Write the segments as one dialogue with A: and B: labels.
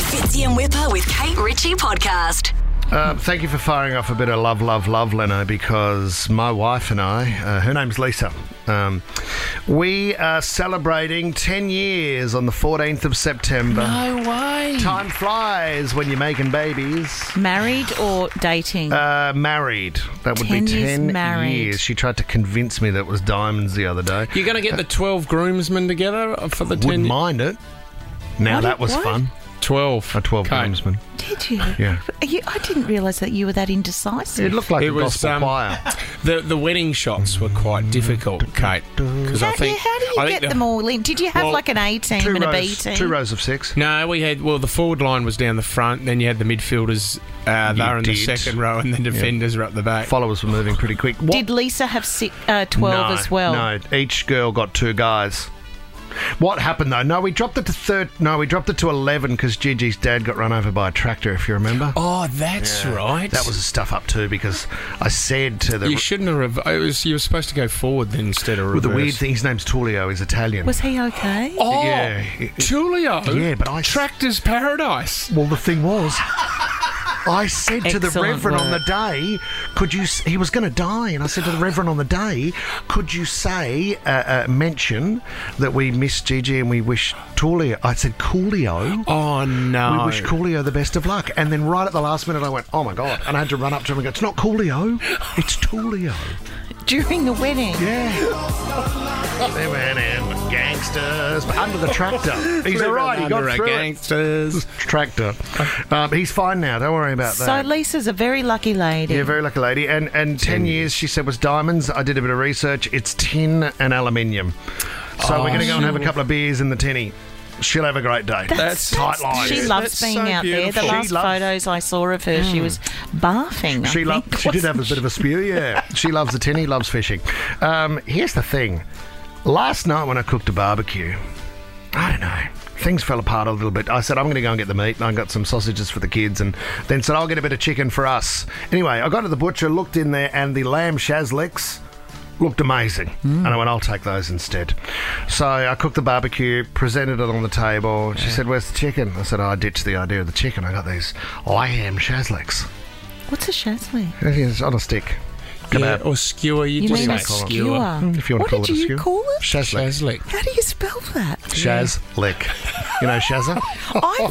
A: Fitzy and Whipper with Kate Ritchie podcast.
B: Uh, thank you for firing off a bit of love, love, love, Leno, because my wife and I, uh, her name's Lisa, um, we are celebrating 10 years on the 14th of September.
C: No way.
B: Time flies when you're making babies.
C: Married or dating?
B: Uh, married. That would
C: 10
B: be 10
C: years married.
B: years. She tried to convince me that it was diamonds the other day.
D: You're going to get the 12 groomsmen together for the 10
B: Wouldn't mind it. Now
C: What-
B: that was
C: what?
B: fun.
D: 12.
B: A 12
D: Okay.
B: groomsmen.
C: Did you?
B: Yeah.
C: Are you- I didn't realise that you were that indecisive.
B: It looked like
D: It
B: a
D: was,
B: gospel
D: um,
B: choir.
D: The, the wedding shots were quite difficult, Kate. Because
C: how,
D: I think.
C: yeah, how do you
D: I think
C: get
D: the-
C: them all in? Did you have
D: Well,
C: like an A team
B: Two
C: and a B
B: rows,
C: team?
B: two rows of six.
D: No, we had. Well, the forward line was down the front, then you had the midfielders. Uh, they
B: You
D: were in the
B: did.
D: second row, and the defenders were up the back.
B: Followers were moving pretty quick. What
C: Did Lisa have six, uh, 12
B: no,
C: as well?
B: No, each girl got two guys. What happened though? No, we dropped it to third. No, we dropped it to eleven because Gigi's dad got run over by a tractor. If you remember,
D: Oh, that's right.
B: that was a stuff up too because I said to the
D: You shouldn't have. Rev- it was, you were supposed to go forward then instead of
B: well,
D: reverse.
B: the weird thing. His name's Tullio. He's Italian.
C: Was he okay?
D: Oh,
B: Yeah.
D: Tulio.
B: Yeah, but I-
D: Tractors Paradise.
B: well, the thing was. I said to the
C: Excellent
B: Reverend on the
C: work.
B: day, could you? s- He was going to die, and I said to the Reverend on the day, could you say, uh, uh, mention that we miss Gigi and we wish Tullio? I said, Coolio.
D: Oh no.
B: We wish Coolio the best of luck. And then right at the last minute, I went, oh my God. And I had to run up to him and go, it's not Coolio, it's Tulio.
C: During the wedding?
B: Yeah. they went in with gangsters, but under the tractor. He's all right, he
D: Under
B: got
D: a
B: through it.
D: gangsters.
B: Tractor. Um, he's fine now, don't worry about
C: So
B: that.
C: Lisa's a very lucky lady.
B: yeah, very lucky lady. And and 10 years, she said, was diamonds. I did a bit of research. It's tin and aluminium. So we're going to go and have a couple of beers in the tinny. She'll have a great day.
D: That's-
B: tight line.
C: she
D: Yeah,
C: loves
D: that's
C: being
D: so
C: out there.
D: beautiful.
C: The
B: She
C: last
B: loves- Mm.
C: photos I saw of her, she was barfing. I
B: She
C: think,
B: loved. She did
C: wasn't
B: have a bit of a spew. Yeah, she loves the tinny. Loves fishing. Um, here's the thing. Last night when I cooked a barbecue, I don't know. Things fell apart a little bit. I said I'm going to go and get the meat, and I got some sausages for the kids, and then said I'll get a bit of chicken for us. Anyway, I got to the butcher, looked in there, and the lamb shazliks looked amazing. And I went, I'll take those instead. So I cooked the barbecue, presented it on the table. She said, Where's the chicken? I said, oh, I ditched the idea of the chicken. I got these lamb shazliks.
C: What's a shazli?
B: It's on a stick.
D: Yeah,
B: Kebab.
D: or skewer. You,
C: You
D: just
C: mean a
D: say
C: skewer?
D: skewer.
B: If you want
C: what
B: to call
C: did
B: it a
C: you
B: skewer.
C: call it?
B: Shazlick.
D: Shazlik.
C: How do you spell that?
B: Shazlick. You know Shazza?
C: I thought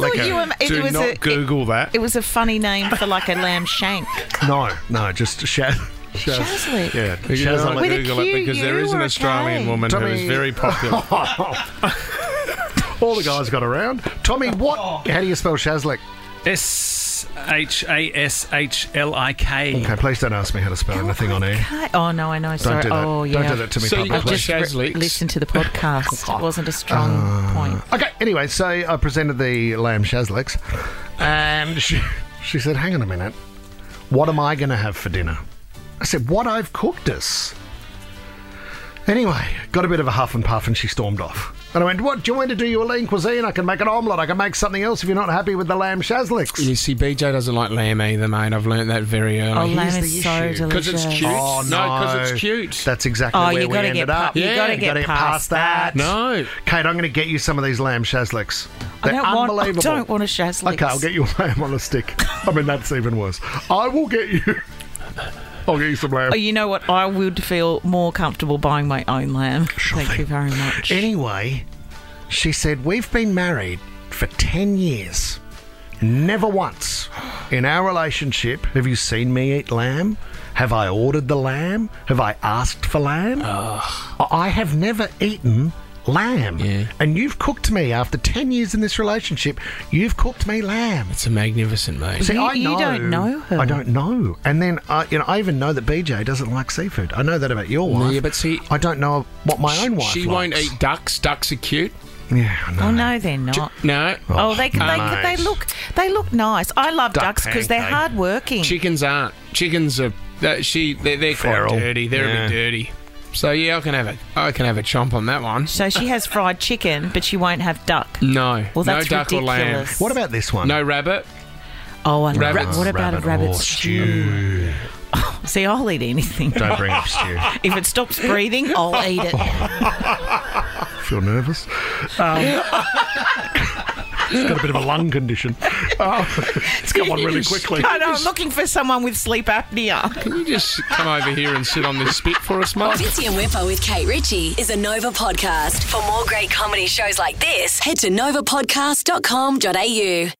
B: Like a-
C: you were. It
D: Do
C: was
D: not
C: a,
D: Google that.
C: It was a funny name for like a lamb shank.
B: No, no, just Shaz. Shaz.
C: Shazlick.
B: Yeah,
D: You don't
B: Shazza.
D: wanna
C: With a
D: Google it
C: Q,
D: because there
C: you
D: is an
C: or a
D: Australian
C: K?
D: woman who is
B: Tommy-
D: very popular.
B: All the guys got around. Tommy, what? How do you spell Shazlick?
E: S H A S H L I K.
B: Okay, please don't ask me how to spell anything on air.
C: Okay. Oh no, I know.
B: Don't
C: Sorry.
B: do that.
C: Oh yeah.
B: Don't do that to me
D: So you got
C: I've
B: publicly.
C: just re-
D: Shazliks.
C: listened to the podcast. It wasn't a strong
B: Uh,
C: point.
B: Okay, anyway, so I presented the lamb Shazliks, and she, she said, Hang on a minute. What am I going to have for dinner? I said, What I've cooked us. Anyway, got a bit of a huff and puff, and she stormed off. And I went, What? Do you want me to do your lean cuisine? I can make an omelette. I can make something else if you're not happy with the lamb Shazliks.
D: You see, BJ doesn't like lamb either, mate. I've learnt that very
C: Oh,
D: early.
C: lamb
B: the
C: is so
B: issue.
C: delicious.
D: Because it's cute.
B: Oh,
D: No, 'cause it's cute.
B: That's exactly
C: Oh,
B: where
C: you
B: we
C: gotta
B: ended
C: get
B: up.
C: pa- you
D: Yeah. gotta
B: gotta
C: get past that.
D: no.
B: Kate, I'm going to get you some of these lamb Shazliks.
C: I
B: They're
C: don't want. I
B: unbelievable.
C: don't want a shazlik.
B: Okay, I'll get you a lamb on a stick. I mean, that's even worse. I will get you. I'll get you some lamb.
C: Oh, you know what? I would feel more comfortable buying my own lamb. Thank you very much.
B: Anyway, she said, We've been married for 10 years. Never once in our relationship have you seen me eat lamb. Have I ordered the lamb? Have I asked for lamb? I- I have never eaten lamb.
D: Yeah.
B: And you've cooked me after 10 years in this relationship. You've cooked me lamb.
D: It's a magnificent, mate.
B: See,
C: You-
B: I
C: you
B: know,
C: don't know her.
B: I don't know. And then, I, you know, I even know that BJ doesn't like seafood. I know that about your wife.
D: yeah, but see-
B: I don't know what my own wife.
D: She
B: likes.
D: won't eat ducks. Ducks are cute.
B: Yeah, I know.
C: Oh no, they're not.
D: No.
C: Oh, they can, they,
B: mate.
C: can, they look they look nice. I love
B: Duck
C: ducks because they're
B: pancake.
C: hard working.
D: Chickens aren't. Chickens are. That she. They're, they're quite
B: Feral.
D: dirty. They're
B: Yeah.
D: a bit dirty. So yeah, I can have a. I can have a chomp on that one.
C: so she has fried chicken, but she won't have duck.
D: No.
C: Well, that's
D: no duck
C: ridiculous.
D: or lamb.
B: What about this one? Uh,
D: No rabbit.
C: Oh, I love
D: Rabbit.
C: what about a rabbit
B: or
C: stew? See, I'll eat anything.
B: Don't bring up stew.
C: if it stops breathing, I'll eat it.
B: Feel nervous. Um, She's got a bit of a lung condition. Oh, it's come on really quickly.
C: I know, I'm looking for someone with sleep apnea.
D: Can you just come over here and sit on this spit for us, Mark?
A: Fitzy and Whipper with Kate Ritchie is a Nova podcast. For more great comedy shows like this, head to novapodcast.com.au.